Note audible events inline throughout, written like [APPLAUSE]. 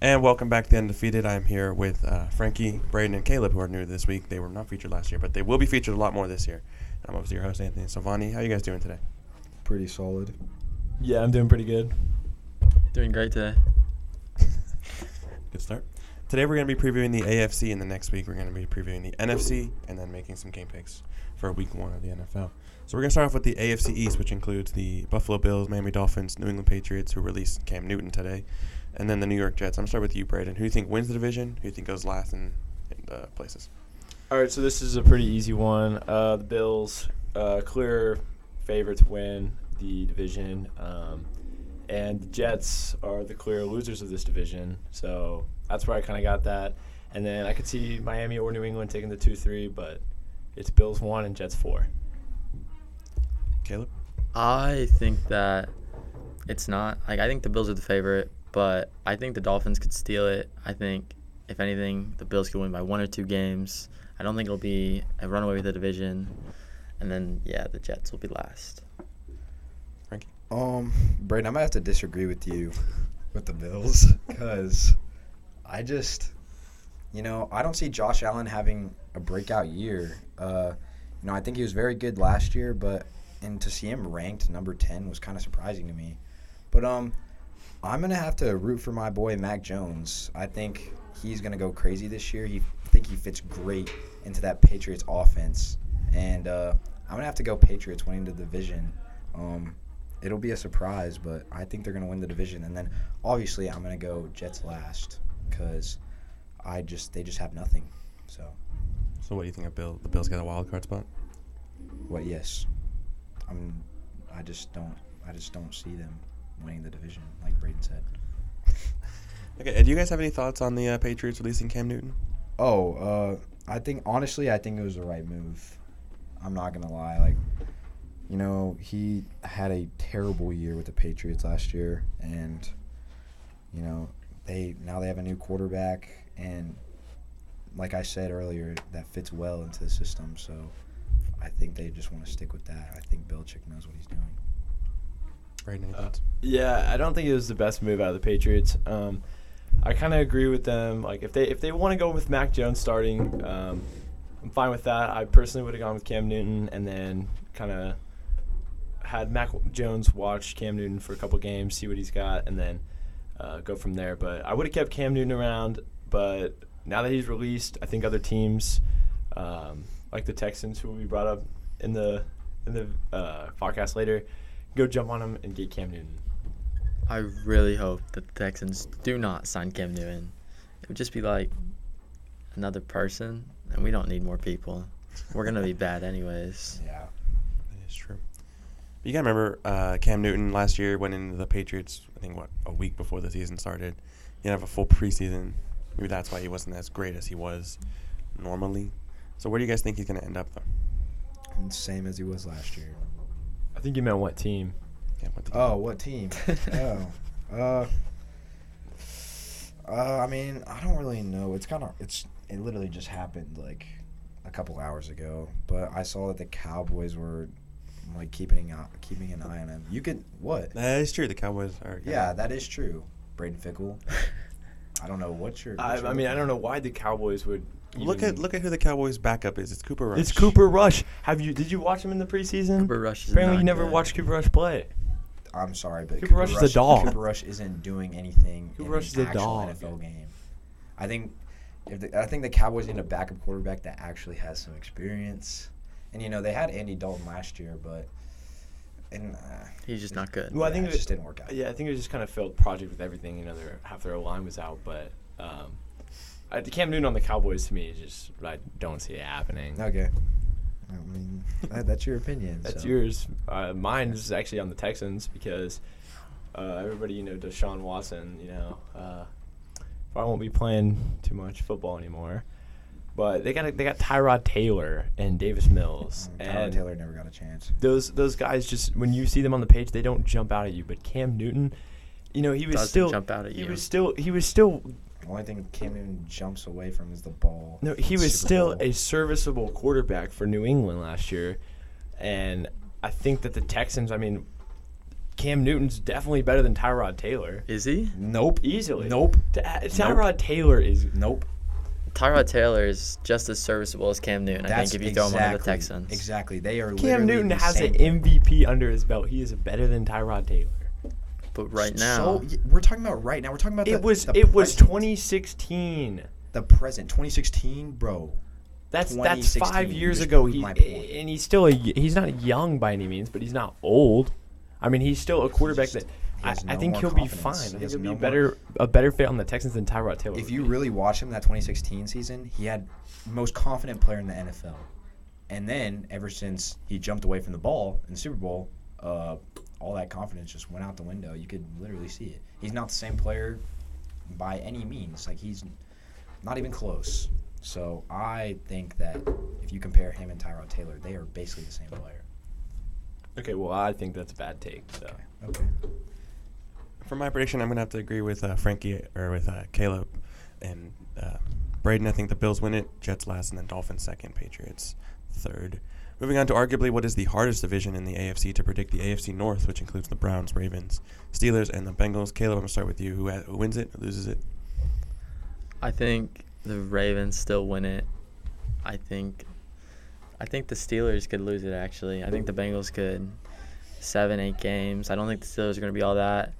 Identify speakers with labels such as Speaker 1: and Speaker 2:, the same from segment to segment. Speaker 1: And welcome back to Undefeated. I'm here with uh, Frankie, Braden, and Caleb, who are new this week. They were not featured last year, but they will be featured a lot more this year. I'm obviously your host, Anthony Silvani. How you guys doing today?
Speaker 2: Pretty solid.
Speaker 3: Yeah, I'm doing pretty good.
Speaker 4: Doing great today.
Speaker 1: [LAUGHS] Good start. Today we're going to be previewing the AFC, and the next week we're going to be previewing the NFC, and then making some game picks for Week One of the NFL. So we're going to start off with the AFC East, which includes the Buffalo Bills, Miami Dolphins, New England Patriots, who released Cam Newton today, and then the New York Jets. I'm going to start with you, Braden. Who do you think wins the division? Who do you think goes last in, in uh, places?
Speaker 3: All right, so this is a pretty easy one. Uh, the Bills, uh, clear favorite to win the division, um, and the Jets are the clear losers of this division. So that's where I kind of got that. And then I could see Miami or New England taking the two-three, but it's Bills one and Jets four.
Speaker 1: Caleb?
Speaker 4: I think that it's not like I think the Bills are the favorite, but I think the Dolphins could steal it. I think if anything, the Bills could win by one or two games. I don't think it'll be a runaway with the division, and then yeah, the Jets will be last.
Speaker 2: Um, Brayden, I'm gonna have to disagree with you with the Bills because I just, you know, I don't see Josh Allen having a breakout year. Uh, you know, I think he was very good last year, but and to see him ranked number ten was kind of surprising to me. But um, I'm gonna have to root for my boy Mac Jones. I think he's gonna go crazy this year. He I think he fits great into that Patriots offense, and uh, I'm gonna have to go Patriots winning the division. Um, it'll be a surprise, but I think they're gonna win the division. And then obviously I'm gonna go Jets last because I just they just have nothing. So,
Speaker 1: So what do you think of Bill? The Bills got a wild card spot. [LAUGHS]
Speaker 2: but yes, I'm. I just don't. I just don't see them winning the division, like Braden said.
Speaker 1: Okay, and do you guys have any thoughts on the uh, Patriots releasing Cam Newton?
Speaker 2: Oh, uh, I think honestly, I think it was the right move. I'm not gonna lie. Like, you know, he had a terrible year with the Patriots last year, and you know, they now they have a new quarterback, and like I said earlier, that fits well into the system. So, I think they just want to stick with that. I think Belichick knows what he's doing.
Speaker 1: Braden, any
Speaker 3: Uh,
Speaker 1: thoughts?
Speaker 3: Yeah, I don't think it was the best move out of the Patriots. Um, I kind of agree with them. Like if they if they want to go with Mac Jones starting, um, I'm fine with that. I personally would have gone with Cam Newton and then kind of had Mac Jones watch Cam Newton for a couple games, see what he's got, and then uh, go from there. But I would have kept Cam Newton around. But now that he's released, I think other teams um, like the Texans, who we brought up in the in the uh, podcast later, go jump on him and get Cam Newton.
Speaker 4: I really hope that the Texans do not sign Cam Newton. It would just be like another person, and we don't need more people. We're gonna be bad anyways.
Speaker 2: Yeah.
Speaker 1: [LAUGHS] That is true. But you gotta remember, uh, Cam Newton last year went into the Patriots. I think what a week before the season started. He didn't have a full preseason. Maybe that's why he wasn't as great as he was normally. So where do you guys think he's gonna end up though?
Speaker 2: And same as he was last year.
Speaker 3: I think you meant what team?
Speaker 1: Yeah, what the-
Speaker 2: Oh, what
Speaker 4: [LAUGHS]
Speaker 2: team? oh, uh, uh, I mean, I don't really know. It's kind of it's it literally just happened like a couple hours ago, but I saw that the Cowboys were like keeping an eye, keeping an eye on him. You could what?
Speaker 1: That is true. The Cowboys are.
Speaker 2: Yeah, that is true. Braden Fickle. I don't know what your.
Speaker 3: I, I mean, I don't know why the Cowboys would
Speaker 1: Look at look at who the Cowboys' backup is. It's Cooper Rush.
Speaker 3: It's Cooper Rush. Have you? Did you watch him in the preseason?
Speaker 4: Cooper Rush is
Speaker 3: Apparently,
Speaker 4: not
Speaker 3: you never
Speaker 4: good.
Speaker 3: watched Cooper Rush play.
Speaker 2: I'm sorry, but
Speaker 3: Cooper Rush is a dog.
Speaker 2: Cooper Rush isn't doing anything
Speaker 3: Cooper
Speaker 2: in
Speaker 3: Rush
Speaker 2: an
Speaker 3: is a
Speaker 2: actual
Speaker 3: dog.
Speaker 2: NFL game. I think if the, I think the Cowboys need a backup quarterback that actually has some experience. And you know they had Andy Dalton last year, but and uh,
Speaker 4: He's just not good.
Speaker 3: Well, I
Speaker 2: yeah,
Speaker 3: think
Speaker 2: it
Speaker 3: it-
Speaker 2: just didn't work out.
Speaker 3: Yeah, I think it was just kind of failed project with everything. You know, their half their line was out, but um, I, Cam Newton on the Cowboys to me is just I don't see it happening.
Speaker 2: Okay. I mean, that, that's your opinion.
Speaker 3: That's
Speaker 2: so.
Speaker 3: yours. Uh, mine is actually on the Texans because uh, everybody, you know, Deshaun Watson, you know, uh, probably won't be playing too much football anymore. But they got they got Tyrod Taylor and Davis Mills
Speaker 2: Mm, Tyrod
Speaker 3: and
Speaker 2: Taylor never got a chance.
Speaker 3: those those guys just when you see them on the page they don't jump out at you. But Cam Newton, you know, he was
Speaker 4: Doesn't
Speaker 3: still
Speaker 4: jump out at
Speaker 3: he
Speaker 4: you.
Speaker 3: was still he was still
Speaker 2: The only thing Cam Newton jumps away from is the ball.
Speaker 3: No, he
Speaker 2: in
Speaker 3: was
Speaker 2: Super
Speaker 3: still
Speaker 2: Bowl.
Speaker 3: a serviceable quarterback for New England last year, and I think that the Texans. I mean, Cam Newton's definitely better than Tyrod Taylor.
Speaker 4: Is he?
Speaker 2: Nope.
Speaker 3: Easily.
Speaker 2: Nope.
Speaker 3: Ty- Tyrod Taylor is
Speaker 2: Nope.
Speaker 4: Tyrod Taylor is just as serviceable as Cam Newton. I think if you throw him under the Texans.
Speaker 2: Exactly. They are literally
Speaker 3: Cam Newton
Speaker 2: the
Speaker 3: has
Speaker 2: same
Speaker 3: an
Speaker 2: player.
Speaker 3: MVP under his belt. He is better than Tyrod Taylor.
Speaker 4: But right
Speaker 2: So-
Speaker 4: now,
Speaker 2: y- we're talking about right now. We're talking about the,
Speaker 3: It was
Speaker 2: the
Speaker 3: it was
Speaker 2: present.
Speaker 3: 2016.
Speaker 2: the present 2016, bro.
Speaker 3: That's that's five
Speaker 2: 2016,
Speaker 3: years
Speaker 2: just
Speaker 3: ago.
Speaker 2: proved
Speaker 3: He,
Speaker 2: my point.
Speaker 3: and he's still a, he's not young by any means, but he's not old. I mean, he's still a quarterback
Speaker 2: just-
Speaker 3: that
Speaker 2: he
Speaker 3: I,
Speaker 2: has
Speaker 3: I
Speaker 2: no
Speaker 3: think
Speaker 2: more
Speaker 3: he'll be
Speaker 2: confidence.
Speaker 3: fine. I
Speaker 2: He
Speaker 3: think
Speaker 2: has
Speaker 3: he'll be
Speaker 2: no more-
Speaker 3: better a better fit on the Texans than Tyrod Taylor.
Speaker 2: If
Speaker 3: would
Speaker 2: you
Speaker 3: be.
Speaker 2: really watch him that 2016 season, he had most confident player in the NFL. And then ever since he jumped away from the ball in the Super Bowl, uh, all that confidence just went out the window. You could literally see it. He's not the same player by any means. Like he's not even close. So I think that if you compare him and Tyrod Taylor, they are basically the same player.
Speaker 3: okay, well, I think that's a bad take. So
Speaker 2: Okay.
Speaker 1: For my prediction, I'm gonna have to agree with uh, Frankie or with uh, Caleb and uh, Braden. I think the Bills win it, Jets last, and then Dolphins second, Patriots third. Moving on to arguably what is the hardest division in the AFC to predict, the AFC North, which includes the Browns, Ravens, Steelers, and the Bengals. Caleb, I'm gonna start with you. Who, ha- who wins it? Who loses it?
Speaker 4: I think the Ravens still win it. I think I think the Steelers could lose it actually. I think the Bengals could seven, eight games. I don't think the Steelers are gonna be all that.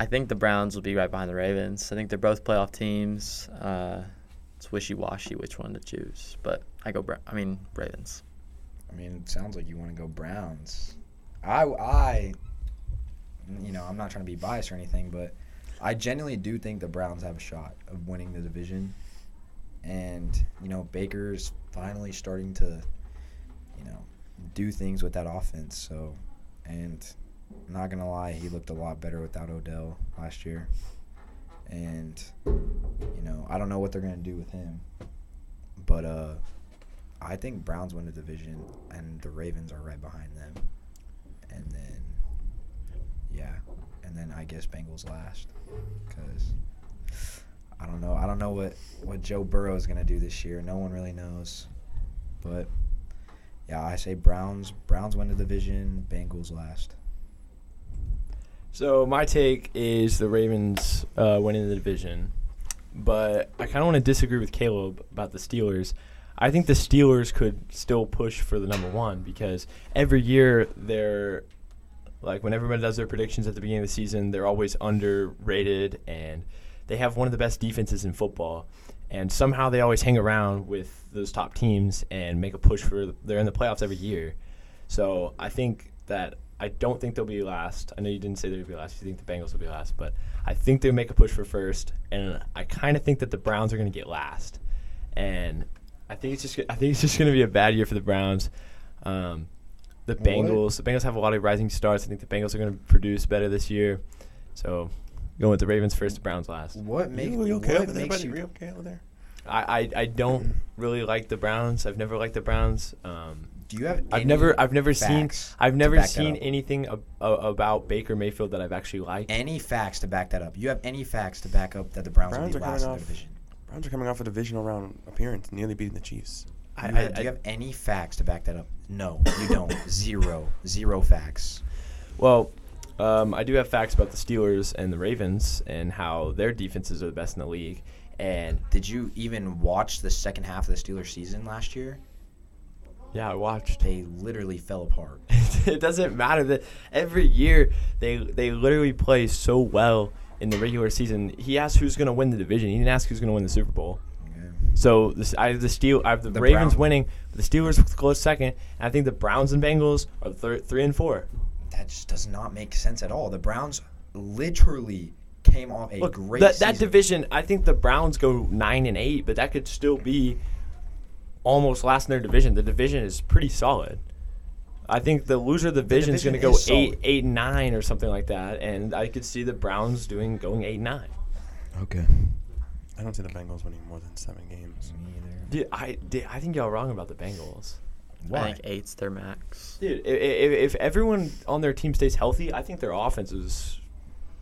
Speaker 4: I think the Browns will be right behind the Ravens. I think they're both playoff teams. Uh, it's wishy washy which one to choose, but I go. Bra- I mean Ravens.
Speaker 2: I mean, it sounds like you want to go Browns. I, I, you know, I'm not trying to be biased or anything, but I genuinely do think the Browns have a shot of winning the division. And, you know, Baker's finally starting to, you know, do things with that offense. So, and I'm not going to lie, he looked a lot better without Odell last year. And, you know, I don't know what they're going to do with him. But, uh, I think Browns win the division, and the Ravens are right behind them. And then, yeah, and then I guess Bengals last, because I don't know. I don't know what what Joe Burrow is gonna do this year. No one really knows, but yeah, I say Browns. Browns win the division. Bengals last.
Speaker 3: so my take is the Ravens uh, winning the division, but I kind of want to disagree with Caleb about the Steelers. I think the Steelers could still push for the number one because every year they're like when everybody does their predictions at the beginning of the season, they're always underrated and they have one of the best defenses in football. And somehow they always hang around with those top teams and make a push for they're in the playoffs every year. So I think that I don't think they'll be last. I know you didn't say they'd be last. You think the Bengals will be last, but I think they'll make a push for first. And I kind of think that the Browns are going to get last. And I think it's just go- I think it's just going to be a bad year for the Browns. Um, the
Speaker 2: What?
Speaker 3: Bengals. The Bengals have a lot of rising stars. I think the Bengals are going to produce better this year. So going with the Ravens first, the Browns last.
Speaker 2: What makes
Speaker 1: you, you okay
Speaker 2: what
Speaker 1: over there,
Speaker 2: makes
Speaker 1: buddy?
Speaker 2: you
Speaker 1: You okay over there?
Speaker 3: I, I, I don't really like the Browns. I've never liked the Browns. Um,
Speaker 2: do you have?
Speaker 3: I've
Speaker 2: any
Speaker 3: never I've never seen
Speaker 2: facts
Speaker 3: I've
Speaker 2: to
Speaker 3: never
Speaker 2: back that
Speaker 3: seen
Speaker 2: up?
Speaker 3: anything ab- a- about Baker Mayfield that I've actually liked.
Speaker 2: any facts to back that up. You have any facts to back up that the Browns,
Speaker 1: Browns
Speaker 2: will
Speaker 1: are
Speaker 2: be
Speaker 1: coming
Speaker 2: last in the
Speaker 1: off-
Speaker 2: division?
Speaker 1: Browns are coming off a divisional round appearance, nearly beating the Chiefs.
Speaker 3: I,
Speaker 2: you have, do
Speaker 3: I-
Speaker 2: you have any facts to back that up? No, you
Speaker 3: [COUGHS]
Speaker 2: don't. Zero. Zero facts.
Speaker 3: well, um, I do have facts about the Steelers and the Ravens and how their defenses are the best in the league. And
Speaker 2: Did you even watch the second half of the Steelers season last year?
Speaker 3: yeah, I watched. [LAUGHS]
Speaker 2: They literally fell apart.
Speaker 3: it doesn't matter that every year they they literally play so well in the regular season. He asked who's going to win the division. He didn't ask who's going to win the Super Bowl. So this, I have the Steel, I have the,
Speaker 2: The
Speaker 3: Ravens
Speaker 2: Browns.
Speaker 3: winning, but the Steelers with close second. And I think the Browns and Bengals are thir- three and four.
Speaker 2: That just does not make sense at all. The Browns literally came off a
Speaker 3: Look,
Speaker 2: great
Speaker 3: that, that
Speaker 2: season.
Speaker 3: division, I think the Browns go nine and eight, but that could still be almost last in their division. The division is pretty solid. I think the loser of the division is going to
Speaker 2: division
Speaker 3: go
Speaker 2: is solid.
Speaker 3: eight, eight, nine, or something like that, and I could see the Browns doing going eight, nine.
Speaker 2: Okay.
Speaker 1: I don't see the Bengals winning more than seven games.
Speaker 2: Me either.
Speaker 3: Dude, I, dude, I think y'all are wrong about the Bengals.
Speaker 2: Why?
Speaker 4: I think eight's their max.
Speaker 3: Dude, if, if everyone on their team stays healthy, I think their offense is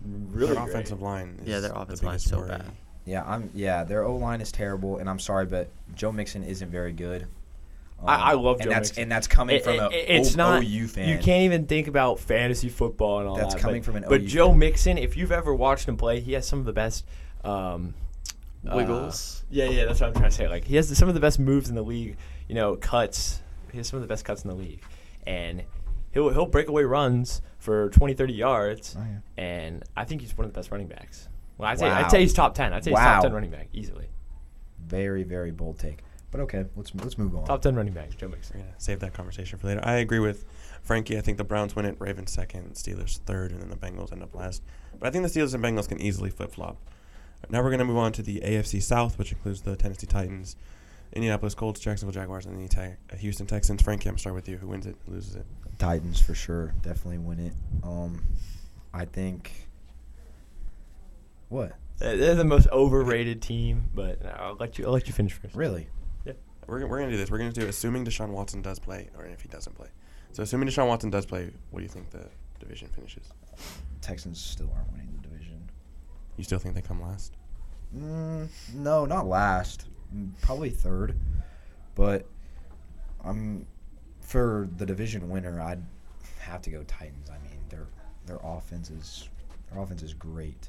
Speaker 3: really
Speaker 1: their
Speaker 3: great.
Speaker 1: offensive line. Is
Speaker 4: Yeah, their
Speaker 1: the
Speaker 4: offensive line's
Speaker 1: biggest
Speaker 4: so
Speaker 1: worry.
Speaker 4: bad.
Speaker 2: Yeah, I'm. Yeah, their O line is terrible, and I'm sorry, but Joe Mixon isn't very good. Um,
Speaker 3: I- I love
Speaker 2: and
Speaker 3: Joe
Speaker 2: that's
Speaker 3: Mixon.
Speaker 2: and that's coming
Speaker 3: It-
Speaker 2: from a
Speaker 3: it- it's
Speaker 2: O-
Speaker 3: not
Speaker 2: OU fan.
Speaker 3: You can't even think about fantasy football and all
Speaker 2: That's
Speaker 3: that.
Speaker 2: coming
Speaker 3: but,
Speaker 2: from an
Speaker 3: But
Speaker 2: OU
Speaker 3: Joe
Speaker 2: fan.
Speaker 3: Mixon, if you've ever watched him play, he has some of the best um, uh,
Speaker 4: Wiggles.
Speaker 3: yeah, yeah, that's what I'm trying to say. Like he has some of the best moves in the league. You know, cuts. He has some of the best cuts in the league, and he'll he'll break away runs for 20, 30 yards.
Speaker 2: Oh, yeah.
Speaker 3: And I think he's one of the best running backs. Well, I'd say
Speaker 2: Wow.
Speaker 3: I'd say he's top ten. I'd say he's
Speaker 2: Wow.
Speaker 3: top ten running back easily.
Speaker 2: Very very bold take. But okay, let's let's move on.
Speaker 3: Top ten running backs, Joe Mixon.
Speaker 1: We're gonna save that conversation for later. I agree with Frankie. I think the Browns win it, Ravens second, Steelers third, and then the Bengals end up last. But I think the Steelers and Bengals can easily flip flop. Now we're gonna move on to the AFC South, which includes the Tennessee Titans, Indianapolis Colts, Jacksonville Jaguars, and the Te- Houston Texans. Frankie, I'm gonna start with you. Who wins it? Who loses it?
Speaker 2: Titans for sure. Definitely win it. Um, I think. What
Speaker 3: Uh, They're the most overrated team, but I'll let you I'll let you finish first.
Speaker 2: really?
Speaker 1: We're, gonna- we're gonna do this. We're gonna do assuming Deshaun Watson does play, or if he doesn't play. So assuming Deshaun Watson does play, what do you think the division finishes?
Speaker 2: Texans still aren't winning the division.
Speaker 1: You still think they come last?
Speaker 2: Mm, no, not last. Mm, Probably third. But I'm for the division winner. I'd have to go Titans. I mean, their their offense is their offense is great.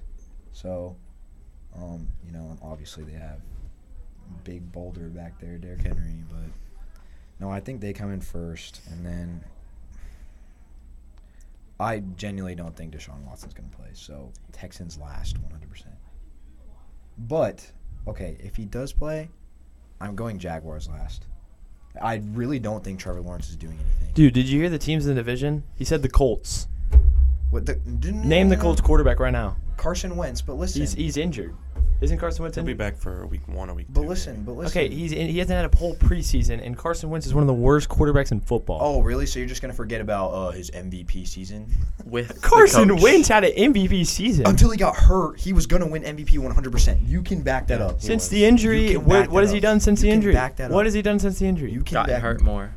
Speaker 2: So, um, you know, and obviously they have big Boulder back there, Derrick Henry. But no, I think they come in first, and then. I genuinely don't think Deshaun Watson's going to play, so Texans last 100%. But okay, if he does play, I'm going Jaguars last. I really don't think Trevor Lawrence is doing anything.
Speaker 3: Dude, did you hear the teams in the division? He said the Colts.
Speaker 2: What the, didn't-
Speaker 3: Name the Colts quarterback right now.
Speaker 2: Carson Wentz, but listen.
Speaker 3: He's he's injured. Isn't Carson Wentz
Speaker 1: They'll be
Speaker 3: injured?
Speaker 1: back for week one or week
Speaker 2: but
Speaker 1: two.
Speaker 2: listen, but listen.
Speaker 3: Okay, he's in, he hasn't had a whole preseason, and Carson Wentz is one of the worst quarterbacks in football.
Speaker 2: Oh, really? So you're just gonna forget about uh, his MVP season?
Speaker 4: With
Speaker 3: [LAUGHS]
Speaker 4: the
Speaker 3: Carson
Speaker 4: coach.
Speaker 3: Wentz had an MVP season.
Speaker 2: Until he got hurt, he was gonna win MVP 100%. You can back that up.
Speaker 3: since
Speaker 1: was.
Speaker 3: the injury,
Speaker 2: You can
Speaker 3: what,
Speaker 2: back
Speaker 3: what
Speaker 2: that
Speaker 3: has he
Speaker 2: up.
Speaker 3: done since
Speaker 2: You
Speaker 3: the
Speaker 2: can
Speaker 3: injury?
Speaker 2: back that up.
Speaker 3: What has he done since the injury?
Speaker 2: You can
Speaker 4: Got
Speaker 2: back
Speaker 4: hurt more.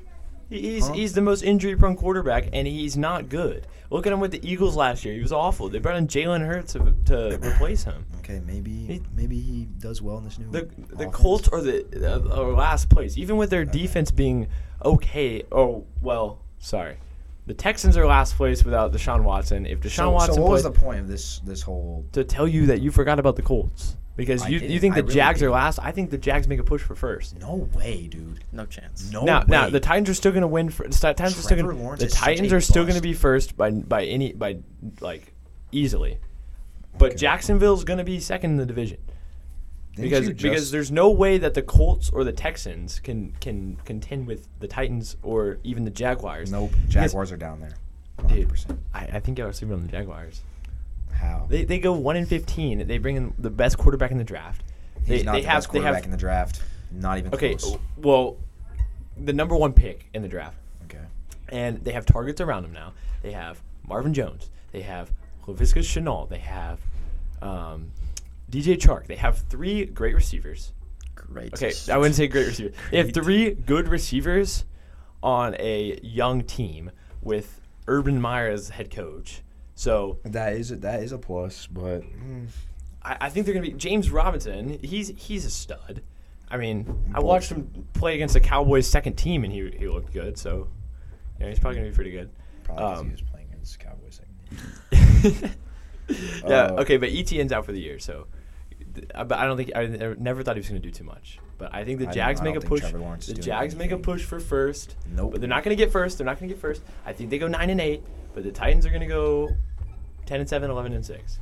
Speaker 3: He's
Speaker 2: Huh?
Speaker 3: he's the most injury prone quarterback, and he's not good. Look at him with the Eagles last year; he was awful. They brought in Jalen Hurts to, to replace him.
Speaker 2: Okay, maybe
Speaker 3: He-
Speaker 2: maybe he does well in this new.
Speaker 3: The the
Speaker 2: offense.
Speaker 3: Colts are the uh, are last place, even with their defense being okay. Oh well, sorry, the Texans are last place without Deshaun Watson. If Deshaun
Speaker 2: So, so
Speaker 3: Watson
Speaker 2: what was the
Speaker 3: played-
Speaker 2: point of this this whole?
Speaker 3: to tell you that you forgot about the Colts because
Speaker 2: I
Speaker 3: you you
Speaker 2: didn't.
Speaker 3: think
Speaker 2: I
Speaker 3: the
Speaker 2: really
Speaker 3: Jags are
Speaker 2: didn't.
Speaker 3: last. I think the Jags make a push for first.
Speaker 2: No way, dude.
Speaker 4: No chance.
Speaker 2: No
Speaker 3: now,
Speaker 2: way.
Speaker 3: now the Titans are still going to win. For, the Titans are still
Speaker 2: Oh, Trevor
Speaker 3: going.
Speaker 2: Lawrence
Speaker 3: The
Speaker 2: is such
Speaker 3: Titans
Speaker 2: a
Speaker 3: are still going to
Speaker 2: bust.
Speaker 3: be first by by any by like easily, but
Speaker 2: Okay.
Speaker 3: Jacksonville's going to be second in the division
Speaker 2: Didn't
Speaker 3: because
Speaker 2: you
Speaker 3: because
Speaker 2: just-
Speaker 3: there's no way that the Colts or the Texans can can contend with the Titans or even the Jaguars.
Speaker 2: Nope.
Speaker 3: Because-
Speaker 2: Jaguars are down there.
Speaker 3: Dude,
Speaker 2: 100%.
Speaker 3: I, I think y'all are sleeping on the Jaguars.
Speaker 2: How?
Speaker 3: They, they go one in fifteen. They bring in the best quarterback in the draft. They,
Speaker 2: He's not
Speaker 3: they
Speaker 2: the
Speaker 3: have,
Speaker 2: best
Speaker 3: they have-
Speaker 2: quarterback in the draft. Not even
Speaker 3: Okay,
Speaker 2: close.
Speaker 3: w- well, the number one pick in the draft.
Speaker 2: Okay.
Speaker 3: and they have targets around them now. They have Marvin Jones. They have LaVisca Chenault. They have um, DJ Chark. They have three great receivers.
Speaker 4: Great.
Speaker 3: Okay, I wouldn't say great receivers. They have three good receivers on a young team with Urban Meyer as head coach. So
Speaker 2: That is a, that is a plus, but hmm.
Speaker 3: I, I think they're going to be James Robinson. He's he's a stud. I mean, I watched him play against the Cowboys' second team, and he, he looked good. So, you know, he's probably going to be pretty good.
Speaker 2: probably 'cause
Speaker 3: Um,
Speaker 2: he was playing against the Cowboys. Second.
Speaker 3: [LAUGHS] yeah.
Speaker 2: Uh,
Speaker 3: okay, but ETN's out for the year, so. th- I- But I don't think I never- never thought he was going to do too much. But I think
Speaker 2: I
Speaker 3: the
Speaker 2: don't-
Speaker 3: Jags
Speaker 2: I
Speaker 3: make
Speaker 2: don't
Speaker 3: a
Speaker 2: think
Speaker 3: push.
Speaker 2: Trevor Lawrence
Speaker 3: The
Speaker 2: is doing
Speaker 3: Jags make a
Speaker 2: anything.
Speaker 3: push for first.
Speaker 2: Nope.
Speaker 3: But they're not going to get first. They're not going to get first. I think they go nine and eight. But the Titans are going to go ten and 7, 11 and six,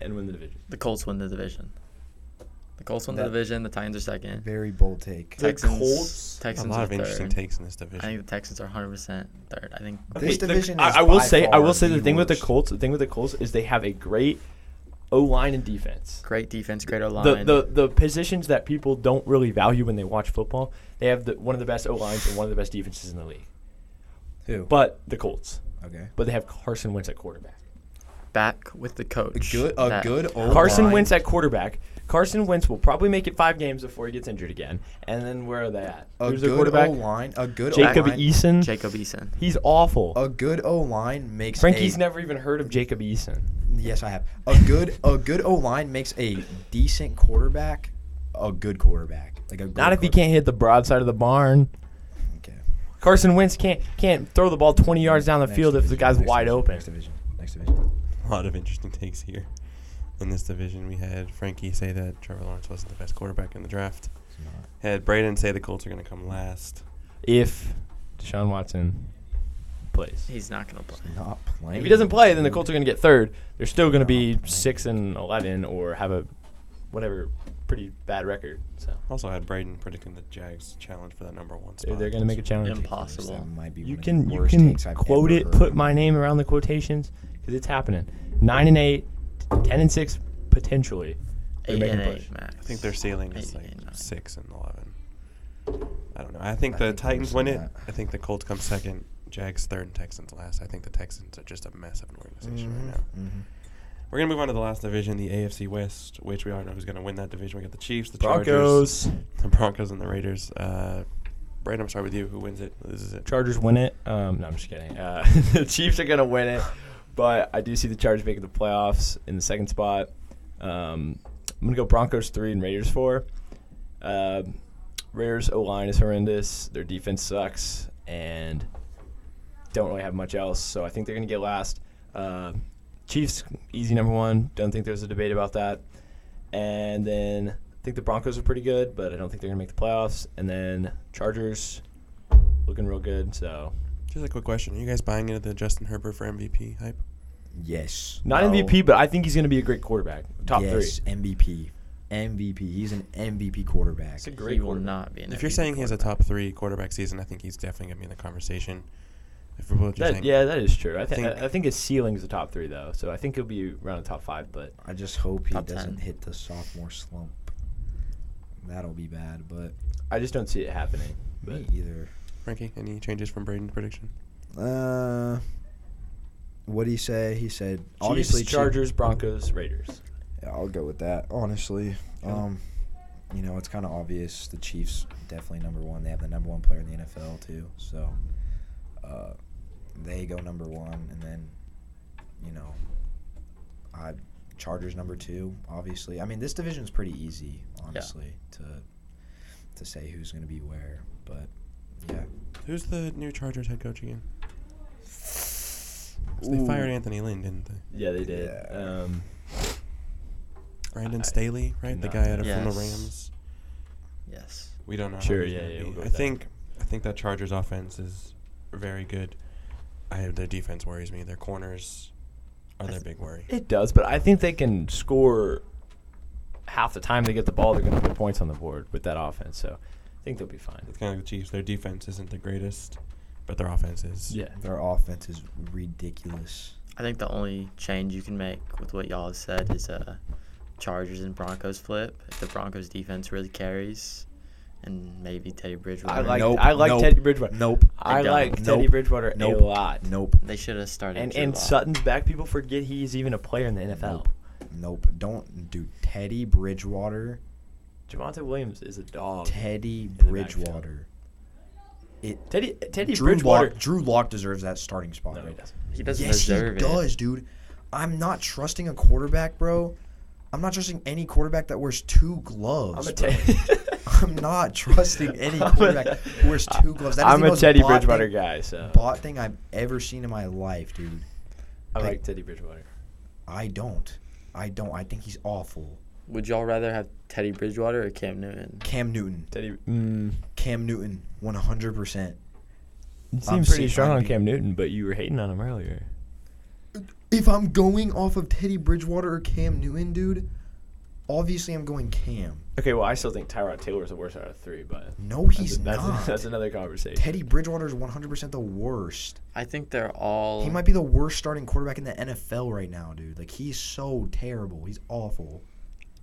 Speaker 3: and win the division.
Speaker 4: The Colts win the division. The Colts win the
Speaker 2: That-
Speaker 4: division. The Titans are second.
Speaker 2: Very bold take.
Speaker 3: The
Speaker 4: Texans.
Speaker 3: Colts-
Speaker 1: a
Speaker 4: Texans
Speaker 1: lot
Speaker 4: are
Speaker 1: of interesting
Speaker 4: third.
Speaker 1: takes in this
Speaker 4: I
Speaker 1: division.
Speaker 4: think the Texans are 100% third. I think
Speaker 2: This
Speaker 3: the-
Speaker 2: division
Speaker 3: I,
Speaker 2: is
Speaker 3: I will
Speaker 2: by
Speaker 3: say. I
Speaker 2: far
Speaker 3: will say the
Speaker 2: the
Speaker 3: thing with the
Speaker 2: worst.
Speaker 3: Colts. The thing with the Colts is they have a great O line and defense.
Speaker 4: great defense, great line.
Speaker 3: the, the the positions that people don't really value when they watch football, they have the, one of the best O lines and one of the best defenses in the league.
Speaker 2: Who?
Speaker 3: But the Colts,
Speaker 2: okay.
Speaker 3: but they have Carson Wentz at quarterback.
Speaker 4: back with the coach.
Speaker 2: good- a
Speaker 4: that-
Speaker 2: good old-
Speaker 3: Carson
Speaker 2: line.
Speaker 3: Wentz at quarterback. Carson Wentz will probably make it five games before he gets injured again. And then where are they at?
Speaker 2: A
Speaker 3: Who's their
Speaker 2: good
Speaker 3: quarterback?
Speaker 2: O line. A good
Speaker 3: Jacob
Speaker 2: O line.
Speaker 3: Eason.
Speaker 4: Jacob Eason.
Speaker 3: He's awful.
Speaker 2: A good O line makes
Speaker 3: Frankie's
Speaker 2: a,
Speaker 3: never even heard of Jacob Eason.
Speaker 2: Yes, I have. A good a good O line makes a decent quarterback a good quarterback. Like a good
Speaker 3: Not if he
Speaker 2: quarterback.
Speaker 3: can't hit the broad side of the barn. Carson Wentz can't can't throw the ball 20 yards down the
Speaker 2: Next
Speaker 3: field if the
Speaker 2: division,
Speaker 3: guy's
Speaker 2: next
Speaker 3: wide
Speaker 2: division,
Speaker 3: open.
Speaker 2: Next division. Next division.
Speaker 1: A [LAUGHS] lot of interesting takes here. In this division, we had Frankie say that Trevor Lawrence wasn't the best quarterback in the draft.
Speaker 2: It's not.
Speaker 1: Had Braden say the Colts are going to come last.
Speaker 3: If Deshaun Watson plays.
Speaker 4: He's not gonna play.
Speaker 2: not playing.
Speaker 3: If he doesn't play, then the Colts are going to get third. They're still going to
Speaker 2: Oh.
Speaker 3: be six and eleven or have a whatever pretty bad record. So
Speaker 1: Also had Braden predicting the Jags challenge for that number one
Speaker 3: they're,
Speaker 1: spot.
Speaker 3: they're going to make a challenge.
Speaker 4: Impossible.
Speaker 2: That might be
Speaker 3: You
Speaker 2: one of
Speaker 3: can
Speaker 2: the
Speaker 3: you
Speaker 2: worst
Speaker 3: can
Speaker 2: takes I've
Speaker 3: quote
Speaker 2: ever
Speaker 3: it,
Speaker 2: heard.
Speaker 3: put my name around the quotations because it's happening. Nine and eight, ten and six potentially. They're
Speaker 4: Eight
Speaker 3: making
Speaker 4: and
Speaker 3: a push.
Speaker 4: eight max.
Speaker 1: I think their ceiling is
Speaker 4: Eight
Speaker 1: like
Speaker 4: and nine.
Speaker 1: six and eleven. I don't know. I think the
Speaker 2: I think we'll
Speaker 1: Titans
Speaker 2: see
Speaker 1: win it.
Speaker 2: that.
Speaker 1: I think the Colts come second, Jags third, and Texans last. I think the Texans are just a mess of an organization right now.
Speaker 3: Mm-hmm.
Speaker 2: Mhm.
Speaker 1: We're gonna move on to the last division, the AFC West, which we already know who's gonna win that division. We got the Chiefs, the Chargers,
Speaker 3: Broncos.
Speaker 1: the Broncos, and the Raiders. Uh, Brandon, I'm sorry with you. Who wins it? Loses it?
Speaker 3: Chargers win it. Um, no, I'm just kidding. Uh, [LAUGHS] the Chiefs are gonna win it, but I do see the Chargers making the playoffs in the second spot. Um, I'm gonna go Broncos three and Raiders four. Uh, Raiders O line is horrendous. Their defense sucks, and don't really have much else. So I think they're gonna get last. Uh, Chiefs easy number one. Don't think there's a debate about that. And then I think the Broncos are pretty good, but I don't think they're gonna make the playoffs. And then Chargers looking real good. So
Speaker 1: Just a quick question: Are you guys buying into the Justin Herbert for MVP hype?
Speaker 2: Yes.
Speaker 3: not
Speaker 2: No.
Speaker 3: MVP, but I think he's going to be a great quarterback. Top
Speaker 2: yes,
Speaker 3: three.
Speaker 2: MVP. MVP. He's an MVP quarterback.
Speaker 3: It's a
Speaker 4: he
Speaker 3: great
Speaker 4: will
Speaker 3: quarterback.
Speaker 4: not be an
Speaker 1: If you're
Speaker 4: MVP
Speaker 1: saying he has a
Speaker 4: quarterback.
Speaker 1: top three quarterback season, I think he's definitely gonna be in the conversation. If we're both just
Speaker 3: That,
Speaker 1: saying,
Speaker 3: yeah, that is true. I, th-
Speaker 1: think-
Speaker 3: I I think his ceiling is a top three though, so I think he'll be around the top five. But
Speaker 2: I just hope he
Speaker 4: Top
Speaker 2: doesn't
Speaker 4: 10.
Speaker 2: hit the sophomore slump. That'll be bad, but
Speaker 3: I just don't see it happening. But
Speaker 2: me either.
Speaker 1: Frankie, any changes from Braden's prediction?
Speaker 2: Uh, what do you say? He said obviously
Speaker 3: Chiefs,
Speaker 2: Chi-
Speaker 3: Chargers, Broncos, Raiders.
Speaker 2: Yeah, I'll go with that. Honestly,
Speaker 1: Yeah.
Speaker 2: um, you know, it's kind of obvious. The Chiefs definitely number one. They have the number one player in the NFL too. So, uh, they go number one, and then, you know, I Chargers number two. Obviously, I mean this division's pretty easy, honestly, to to say who's going to be where. But yeah,
Speaker 1: Who's the new Chargers head coach again? 'Cause They fired Anthony Lynn, didn't they?
Speaker 3: Yeah, they did.
Speaker 2: Yeah.
Speaker 3: Um,
Speaker 1: Brandon
Speaker 3: I
Speaker 1: Staley, right? The
Speaker 3: cannot-
Speaker 1: guy out of from the
Speaker 4: Yes.
Speaker 1: Rams.
Speaker 4: Yes.
Speaker 1: We don't know. how
Speaker 3: Sure,
Speaker 1: he's
Speaker 3: yeah,
Speaker 1: gonna
Speaker 3: yeah,
Speaker 1: be.
Speaker 3: we'll go
Speaker 1: I
Speaker 3: with that.
Speaker 1: think I think that Chargers offense is very good. I their defense worries me. Their corners are their big worry.
Speaker 3: it does, but I think they can score half the time they get the ball. They're going to put points on the board with that offense, so I think they'll be fine.
Speaker 1: It's kind of like the Chiefs. Their defense isn't the greatest, but their offense is.
Speaker 3: Yeah,
Speaker 2: their offense is ridiculous.
Speaker 4: I think the only change you can make with what y'all have said is uh, Chargers and Broncos flip. If the Broncos defense really carries, and maybe Teddy Bridgewater.
Speaker 3: I like
Speaker 2: Nope,
Speaker 3: I like
Speaker 2: nope,
Speaker 3: Teddy Bridgewater.
Speaker 2: nope,
Speaker 3: I
Speaker 4: don't.
Speaker 3: like Teddy
Speaker 2: Nope,
Speaker 3: Bridgewater
Speaker 2: nope,
Speaker 3: a lot.
Speaker 2: Nope.
Speaker 4: They should have started.
Speaker 3: And
Speaker 4: Drew
Speaker 3: and
Speaker 4: Lock.
Speaker 3: Sutton's back. People forget he's even a player in the NFL.
Speaker 2: Nope. Nope. Don't do Teddy Bridgewater.
Speaker 3: Javante Williams is a dog.
Speaker 2: Teddy
Speaker 3: in the backfield.
Speaker 2: Bridgewater. It
Speaker 3: Teddy Teddy
Speaker 2: Drew
Speaker 3: Bridgewater.
Speaker 2: Lock, Drew Lock deserves that starting spot.
Speaker 3: No, he
Speaker 2: right?
Speaker 3: doesn't.
Speaker 4: He doesn't
Speaker 2: yes,
Speaker 4: deserve
Speaker 2: he
Speaker 4: it.
Speaker 2: does, dude. I'm not trusting a quarterback, bro. I'm not trusting any quarterback that wears two gloves.
Speaker 3: I'm a
Speaker 2: bro.
Speaker 3: Teddy.
Speaker 2: [LAUGHS] I'm not
Speaker 3: [LAUGHS]
Speaker 2: trusting any quarterback who wears two gloves. That is
Speaker 3: I'm
Speaker 2: the
Speaker 3: a
Speaker 2: most
Speaker 3: Teddy
Speaker 2: bought
Speaker 3: Bridgewater
Speaker 2: thing,
Speaker 3: guy, [LAUGHS] so
Speaker 2: Bot thing I've ever seen in my life, dude.
Speaker 3: I
Speaker 2: like-
Speaker 3: like Teddy Bridgewater.
Speaker 2: I don't. I don't. I think he's awful.
Speaker 4: Would y'all rather have Teddy Bridgewater or Cam Newton?
Speaker 2: Cam Newton.
Speaker 3: Teddy. Mm,
Speaker 2: Cam Newton, 100%.
Speaker 3: you
Speaker 2: seem I'm pretty sick, strong I'd on be- Cam
Speaker 3: Newton, but you were hating on him earlier.
Speaker 2: If I'm going off of Teddy Bridgewater or Cam Newton, dude, obviously I'm going Cam.
Speaker 3: Okay, well, I still think Tyrod Taylor is the worst out of three, but
Speaker 2: No, he's
Speaker 3: that's, that's,
Speaker 2: not.
Speaker 3: that's another conversation.
Speaker 2: Teddy Bridgewater is 100% the worst.
Speaker 4: I think they're all.
Speaker 1: Oh.
Speaker 2: He might be the worst starting quarterback in the NFL right now, dude. Like, he's so terrible. He's awful.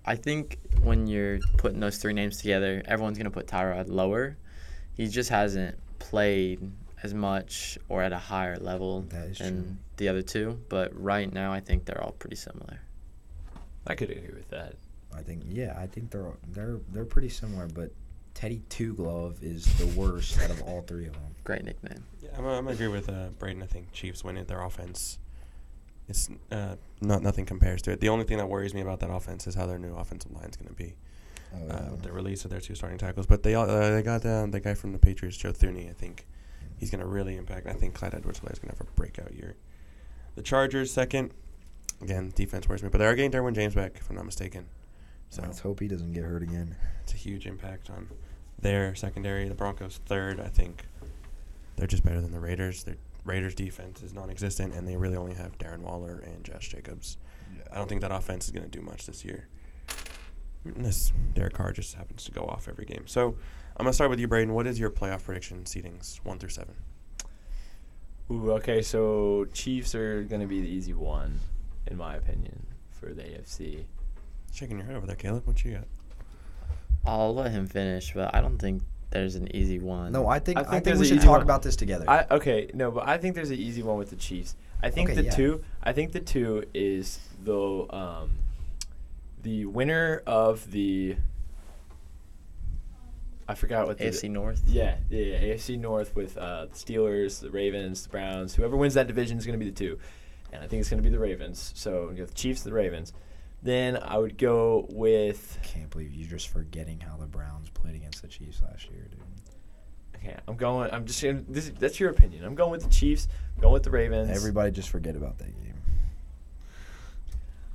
Speaker 4: I think when you're putting those three names together, everyone's gonna put Tyrod lower. He just hasn't played as much or at a higher level
Speaker 2: That is
Speaker 4: than
Speaker 2: true.
Speaker 4: the other two. But right now, I think they're all pretty similar.
Speaker 3: I could agree with that.
Speaker 2: I think, yeah, I think they're they're they're pretty similar, but Teddy Two Glove is the worst out of all three of them.
Speaker 4: Great nickname.
Speaker 1: Yeah, I'm, I'm agree with uh, Braden. I think Chiefs win it. Their offense, it's uh, not nothing compares to it. The only thing that worries me about that offense is how their new offensive line's going to be.
Speaker 2: Oh,
Speaker 1: Uh, the release of their two starting tackles, but they all, uh, they got uh, the guy from the Patriots, Joe Thuney. I think He's going to really impact. I think Clyde edwards helaire is going to have a breakout year. The Chargers second. Again, defense worries me, but they are getting Derwin James back, if I'm not mistaken. So
Speaker 2: Let's hope he doesn't get hurt again.
Speaker 1: it's a huge impact on their secondary. The Broncos third, I think. They're just better than the Raiders. Their Raiders defense is non-existent, and they really only have Darren Waller and Josh Jacobs. I don't think that offense is going to do much this year, unless Derek Carr just happens to go off every game. So I'm going to start with you, Braden. What is your playoff prediction seedings one through seven?
Speaker 3: Ooh, okay, so Chiefs are going to be the easy one, in my opinion, for the AFC.
Speaker 1: Shaking your head over there, Caleb. What you got?
Speaker 4: I'll let him finish, but I don't think there's an easy one.
Speaker 2: No, I think I
Speaker 3: I
Speaker 2: think,
Speaker 3: think there's
Speaker 2: we
Speaker 3: an
Speaker 2: should
Speaker 3: easy
Speaker 2: talk
Speaker 3: one.
Speaker 2: about this together.
Speaker 3: I,
Speaker 1: uh,
Speaker 3: okay, no, but I think there's an easy one with the Chiefs. I think
Speaker 2: Okay,
Speaker 3: the
Speaker 2: yeah.
Speaker 3: two. I think the two is the um, the winner of the. I forgot what the
Speaker 4: AFC North.
Speaker 3: Yeah, yeah, yeah, AFC North with uh, the Steelers, the Ravens, the Browns. Whoever wins that division is going to be the two, and I think it's going to be the Ravens. So you have the Chiefs, the Ravens. Then I would go with.
Speaker 2: can't believe you're just forgetting how the Browns played against the Chiefs last year, dude.
Speaker 3: Okay, I'm going. I'm just. saying- This, that's your opinion. I'm going with the Chiefs. I'm going with the Ravens.
Speaker 2: Everybody just forget about that game.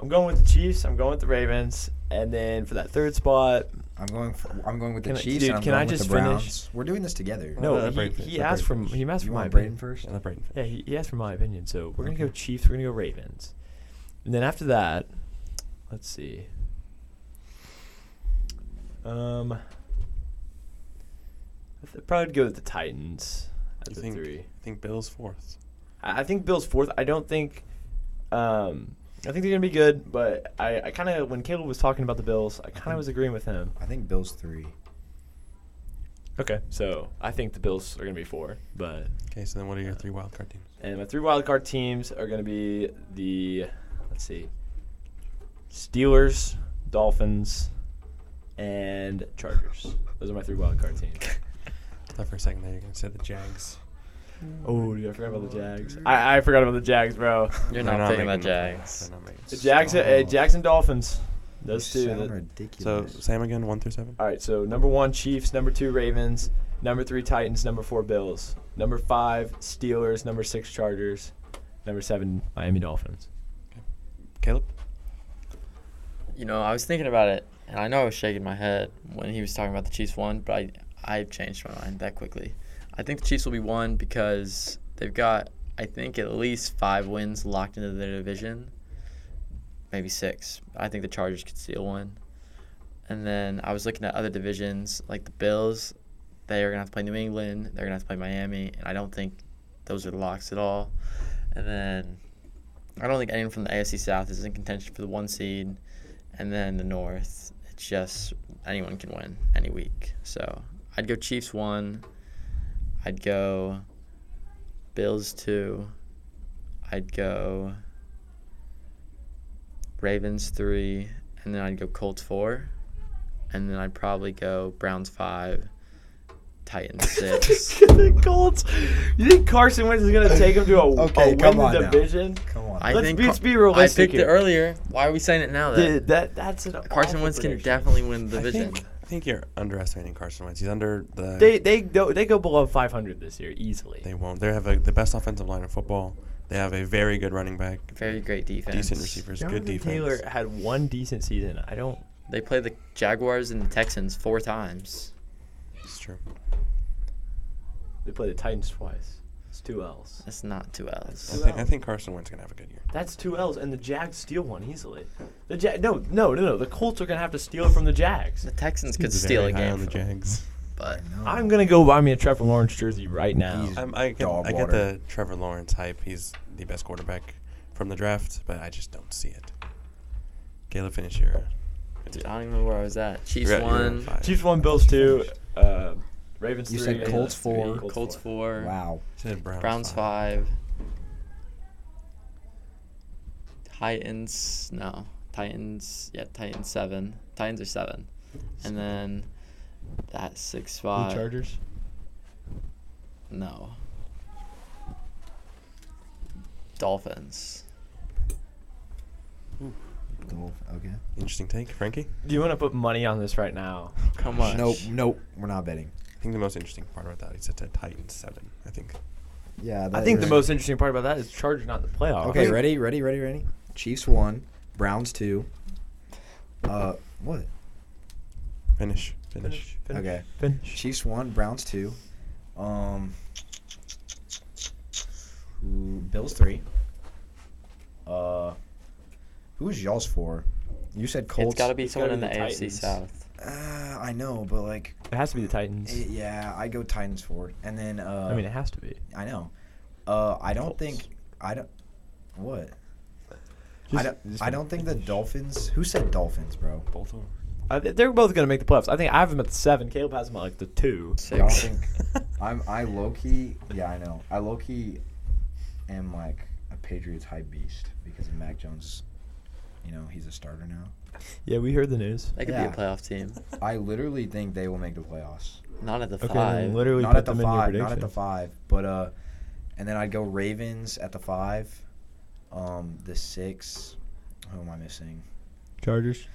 Speaker 3: I'm going with the Chiefs. I'm going with the Ravens. And then for that third spot,
Speaker 2: I'm going. For, I'm going with the
Speaker 3: Can I-
Speaker 2: Chiefs.
Speaker 3: dude,
Speaker 2: and I'm
Speaker 3: can I
Speaker 2: going with
Speaker 3: just
Speaker 2: the
Speaker 3: finish?
Speaker 2: Browns. We're doing this together.
Speaker 1: No,
Speaker 3: no,
Speaker 1: let
Speaker 3: he,
Speaker 1: Brady finish,
Speaker 3: he
Speaker 1: let
Speaker 3: asked for
Speaker 1: Brady
Speaker 3: he asked
Speaker 2: you
Speaker 3: for my
Speaker 2: want
Speaker 3: opinion.
Speaker 2: Braden first?
Speaker 1: Yeah, let Braden
Speaker 3: Yeah,
Speaker 1: finish.
Speaker 3: he, he asked for my opinion. So we're gonna go
Speaker 2: Okay.
Speaker 3: Chiefs. We're gonna go Ravens. And then after that, let's see. Um, I'd probably go with the Titans at
Speaker 1: You
Speaker 3: the
Speaker 1: think,
Speaker 3: three.
Speaker 1: I think Bill's fourth.
Speaker 3: I I think Bill's fourth. I don't think. Um, I think they're gonna be good, but I, I kind of when Caleb was talking about the Bills, I kind
Speaker 2: think-
Speaker 3: of was agreeing with him.
Speaker 2: I think Bills three.
Speaker 3: Okay, so I think the Bills are gonna be four, but
Speaker 1: Okay, so then what are your three wild card teams?
Speaker 3: And my three wildcard teams are going to be the, let's see, Steelers, Dolphins, and Chargers. Those are my three wildcard teams.
Speaker 1: I thought for a second there you're going to say the Jags.
Speaker 3: [LAUGHS] Oh, dude, I forgot about the Jags. I, I forgot about the Jags, bro.
Speaker 4: You're
Speaker 1: They're
Speaker 4: not picking the
Speaker 1: making playoffs.
Speaker 4: Jags.
Speaker 1: They're not making-
Speaker 3: The Jags, uh,
Speaker 2: Stop.
Speaker 3: Jags and Dolphins. Those
Speaker 2: You
Speaker 3: two.
Speaker 2: sound
Speaker 3: that-
Speaker 1: So
Speaker 2: ridiculous.
Speaker 1: Sam again, one through seven.
Speaker 3: all right, so number one Chiefs, number two Ravens, number three Titans, number four Bills, number five Steelers, number six Chargers, number seven Miami Dolphins.
Speaker 1: Caleb.
Speaker 4: You know, I was thinking about it, and I know I was shaking my head when he was talking about the Chiefs won, but I I changed my mind that quickly. I think the Chiefs will be one because they've got I think at least five wins locked into their division, maybe six. I think the Chargers could steal one, and then I was looking at other divisions like the Bills. They are gonna have to play New England. They're gonna have to play Miami, and I don't think those are locks at all. And then I don't think anyone from the AFC South is in contention for the one seed and then the North. It's just anyone can win any week. So I'd go Chiefs one. I'd go Bills two. I'd go Ravens three, and then I'd go Colts four, and then I'd probably go Browns five, Titans
Speaker 3: [LAUGHS]
Speaker 4: six.
Speaker 3: the Colts. You think Carson Wentz is gonna take him to a,
Speaker 2: Okay,
Speaker 3: a
Speaker 2: come
Speaker 3: win
Speaker 2: on
Speaker 3: the
Speaker 2: now.
Speaker 3: division?
Speaker 2: Come on.
Speaker 4: I
Speaker 3: Let's
Speaker 4: think
Speaker 3: be-
Speaker 4: Car-
Speaker 3: let's be realistic
Speaker 4: I picked
Speaker 3: here.
Speaker 4: it earlier. Why are we saying it now? That
Speaker 3: Dude, that that's an
Speaker 4: Carson
Speaker 3: awful
Speaker 4: Wentz can
Speaker 3: prediction.
Speaker 4: definitely win the
Speaker 1: I
Speaker 4: division.
Speaker 1: think, I think you're underestimating Carson Wentz. He's under the.
Speaker 3: They they go they go below 500 this year easily.
Speaker 1: They won't. They have a, the best offensive line in football. They have a very good running back,
Speaker 4: Very great defense.
Speaker 1: decent receivers, good defense.
Speaker 3: Taylor uh, had one decent season. I don't.
Speaker 4: They play the Jaguars and the Texans four times.
Speaker 1: It's true.
Speaker 3: They play the Titans twice. It's two L's.
Speaker 4: That's not two
Speaker 1: I
Speaker 4: L's.
Speaker 3: Well-
Speaker 1: think, I think Carson Wentz is gonna have a good year.
Speaker 3: That's two L's, and the Jags steal one easily. The ja- no no no no. The Colts are gonna have to steal it from the Jags.
Speaker 4: The Texans could
Speaker 1: He's
Speaker 4: steal
Speaker 1: very
Speaker 4: a
Speaker 1: high
Speaker 4: game.
Speaker 1: on the
Speaker 4: from them,
Speaker 1: Jags.
Speaker 4: but
Speaker 2: No.
Speaker 3: I'm gonna go buy me a Trevor Lawrence jersey right now.
Speaker 2: He's-
Speaker 1: I'm, I get,
Speaker 2: Dog
Speaker 1: I get
Speaker 2: water.
Speaker 1: the Trevor Lawrence hype. He's the best quarterback from the draft, but I just don't see it. Caleb, finish your. uh,
Speaker 4: dude, I don't even know where I was at. Chiefs
Speaker 1: you're at- you're at
Speaker 4: one,
Speaker 1: five.
Speaker 3: Chiefs one, Bills two, uh, Ravens
Speaker 2: You
Speaker 3: three.
Speaker 2: said Colts
Speaker 3: three,
Speaker 2: four.
Speaker 4: Colts four,
Speaker 2: Wow.
Speaker 1: Said Browns,
Speaker 4: Browns five. Titans no, Titans yeah, Titans seven. Titans are seven, and then that six
Speaker 3: Ooh,
Speaker 4: spot.
Speaker 3: Chargers.
Speaker 4: No. Dolphins.
Speaker 2: Golf. Okay.
Speaker 1: Interesting take, Frankie.
Speaker 3: Do you want to put money on this right now?
Speaker 4: How much?
Speaker 2: Nope. Nope. We're not betting.
Speaker 1: think the most interesting part about that is it's a Titans seven. I think
Speaker 2: Yeah,
Speaker 3: I
Speaker 2: that
Speaker 3: think the
Speaker 2: is-
Speaker 3: most interesting part about that is Chargers not in the playoffs.
Speaker 2: Okay, ready, ready, ready, ready. Chiefs one, Browns two. Uh, what?
Speaker 1: finish, finish.
Speaker 3: Finish. Finish.
Speaker 2: Okay.
Speaker 3: Finish.
Speaker 2: Chiefs one, Browns two. Um, who, Bills three. Uh, who's y'all's four? You said Colts.
Speaker 4: It's got to be
Speaker 3: It's
Speaker 4: someone
Speaker 3: gotta
Speaker 4: in
Speaker 3: be the
Speaker 4: the,
Speaker 3: Titans.
Speaker 4: AFC South.
Speaker 2: Uh, I know, but like,
Speaker 3: It has to be the Titans.
Speaker 2: eh, yeah, I go Titans four, and then uh,
Speaker 3: I mean, it has to be.
Speaker 2: I know. Uh, I don't
Speaker 3: Colts.
Speaker 2: think I don't. What? I
Speaker 3: Just-
Speaker 2: don't.
Speaker 3: just
Speaker 2: I don't think the Dolphins. Who said Dolphins, bro?
Speaker 1: Both of them.
Speaker 3: I thi- they're both going to make the playoffs. I think I have them at the seven. Caleb has them at like
Speaker 2: [LAUGHS]
Speaker 3: the two.
Speaker 2: I don't
Speaker 4: Six.
Speaker 2: think. I'm. I low key. Yeah, I know. I low key am like a Patriots hype beast because of Mac Jones. You know he's a starter now.
Speaker 3: Yeah, we heard the news.
Speaker 4: They could
Speaker 2: Yeah.
Speaker 4: be a playoff team.
Speaker 2: I literally think they will make the playoffs.
Speaker 4: Not at the
Speaker 3: Okay,
Speaker 4: five.
Speaker 3: then literally
Speaker 2: not
Speaker 3: put
Speaker 2: at the
Speaker 3: them
Speaker 2: five.
Speaker 3: in your
Speaker 2: Not at
Speaker 3: prediction.
Speaker 2: the five. But uh, and then I'd go Ravens at the five. Um, the six. Who am I missing?
Speaker 3: Chargers.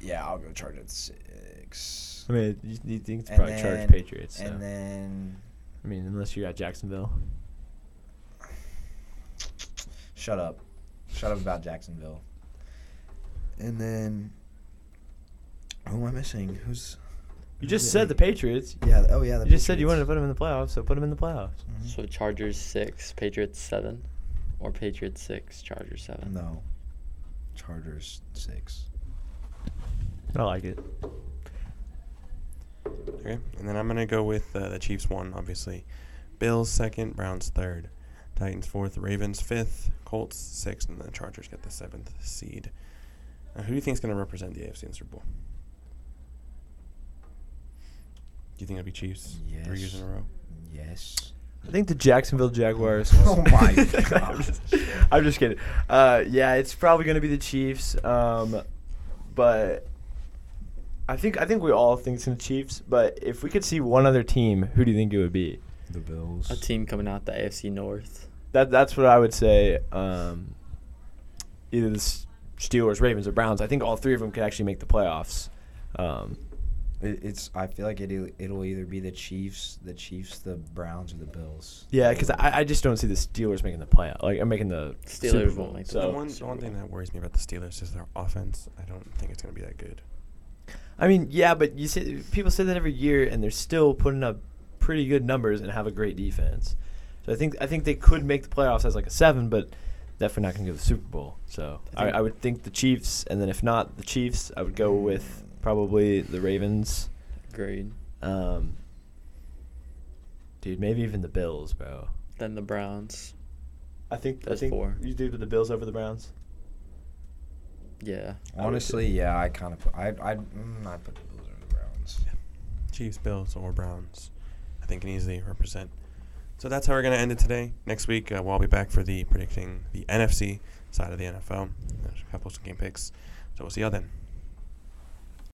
Speaker 2: Yeah, I'll go Chargers at six.
Speaker 3: I mean, you, you think it's
Speaker 2: And
Speaker 3: probably
Speaker 2: then-
Speaker 3: Chargers Patriots. so.
Speaker 2: And then
Speaker 3: I mean, unless you got Jacksonville.
Speaker 2: shut up, shut up about Jacksonville. And then who am I missing? Who's
Speaker 3: You just said the Patriots.
Speaker 2: yeah? Oh yeah,
Speaker 3: You
Speaker 2: the
Speaker 3: just said you wanted to
Speaker 2: Patriots. Mm-hmm.
Speaker 3: put them in the playoffs, so put them in the playoffs.
Speaker 4: So Chargers six, Patriots seven, or Patriots six, Chargers seven.
Speaker 2: No, Chargers six. Mm.
Speaker 3: I like it.
Speaker 1: Okay, and then I'm gonna go with uh, the Chiefs one, obviously. Bills second, Browns third, Titans fourth, Ravens fifth, Colts sixth, and the Chargers get the seventh seed. Uh, who do you think is gonna represent the AFC in the Super Bowl? Do you think it'll be Chiefs three years in
Speaker 2: Yes.
Speaker 1: a row?
Speaker 2: Yes.
Speaker 3: I think the Jacksonville Jaguars.
Speaker 2: [LAUGHS] Oh my
Speaker 3: [LAUGHS] I'm,
Speaker 2: gosh.
Speaker 3: just, I'm just kidding. Uh, yeah, it's probably going to be the Chiefs, um, but I think I think we all think it's the Chiefs. But if we could see one other team, who do you think it would be?
Speaker 2: The Bills.
Speaker 4: A team coming out the AFC North.
Speaker 3: That that's what I would say. Um, either the S- Steelers, Ravens, or Browns. I think all three of them could actually make the playoffs. Um,
Speaker 2: It, it's. I feel like it. It'll either be the Chiefs, the Chiefs, the Browns, or the Bills.
Speaker 3: yeah, because I, I just don't see the Steelers making the playoff. Like I'm making the Super
Speaker 4: Steelers
Speaker 3: Bowl.
Speaker 4: won't make the
Speaker 1: The
Speaker 4: So-
Speaker 1: one,
Speaker 3: so
Speaker 1: the one thing that worries me about the Steelers is their offense. I don't think it's gonna be that good.
Speaker 3: I mean, yeah, but you say people say that every year, and they're still putting up pretty good numbers and have a great defense. So I think I think they could make the playoffs as like a seven, but definitely not going to go to the Super Bowl. So
Speaker 4: I
Speaker 3: I, I,
Speaker 4: think- Mm.
Speaker 3: would think the Chiefs, and then if not the Chiefs, I would go with probably the Ravens.
Speaker 4: Agreed.
Speaker 3: Um, dude, maybe even the Bills, bro.
Speaker 4: Then the Browns.
Speaker 3: I think
Speaker 4: That's four.
Speaker 3: you do the Bills over the Browns.
Speaker 4: Yeah.
Speaker 3: I would
Speaker 2: Honestly,
Speaker 3: too.
Speaker 2: yeah, I kind of put. I I mm, I put the Bills over the Browns.
Speaker 1: Chiefs, Bills, or Browns, I think can easily represent. So that's how we're going to end it today. Next week, uh, we'll be back for the predicting the NFC side of the NFL. There's a couple of game picks. So we'll see y'all then.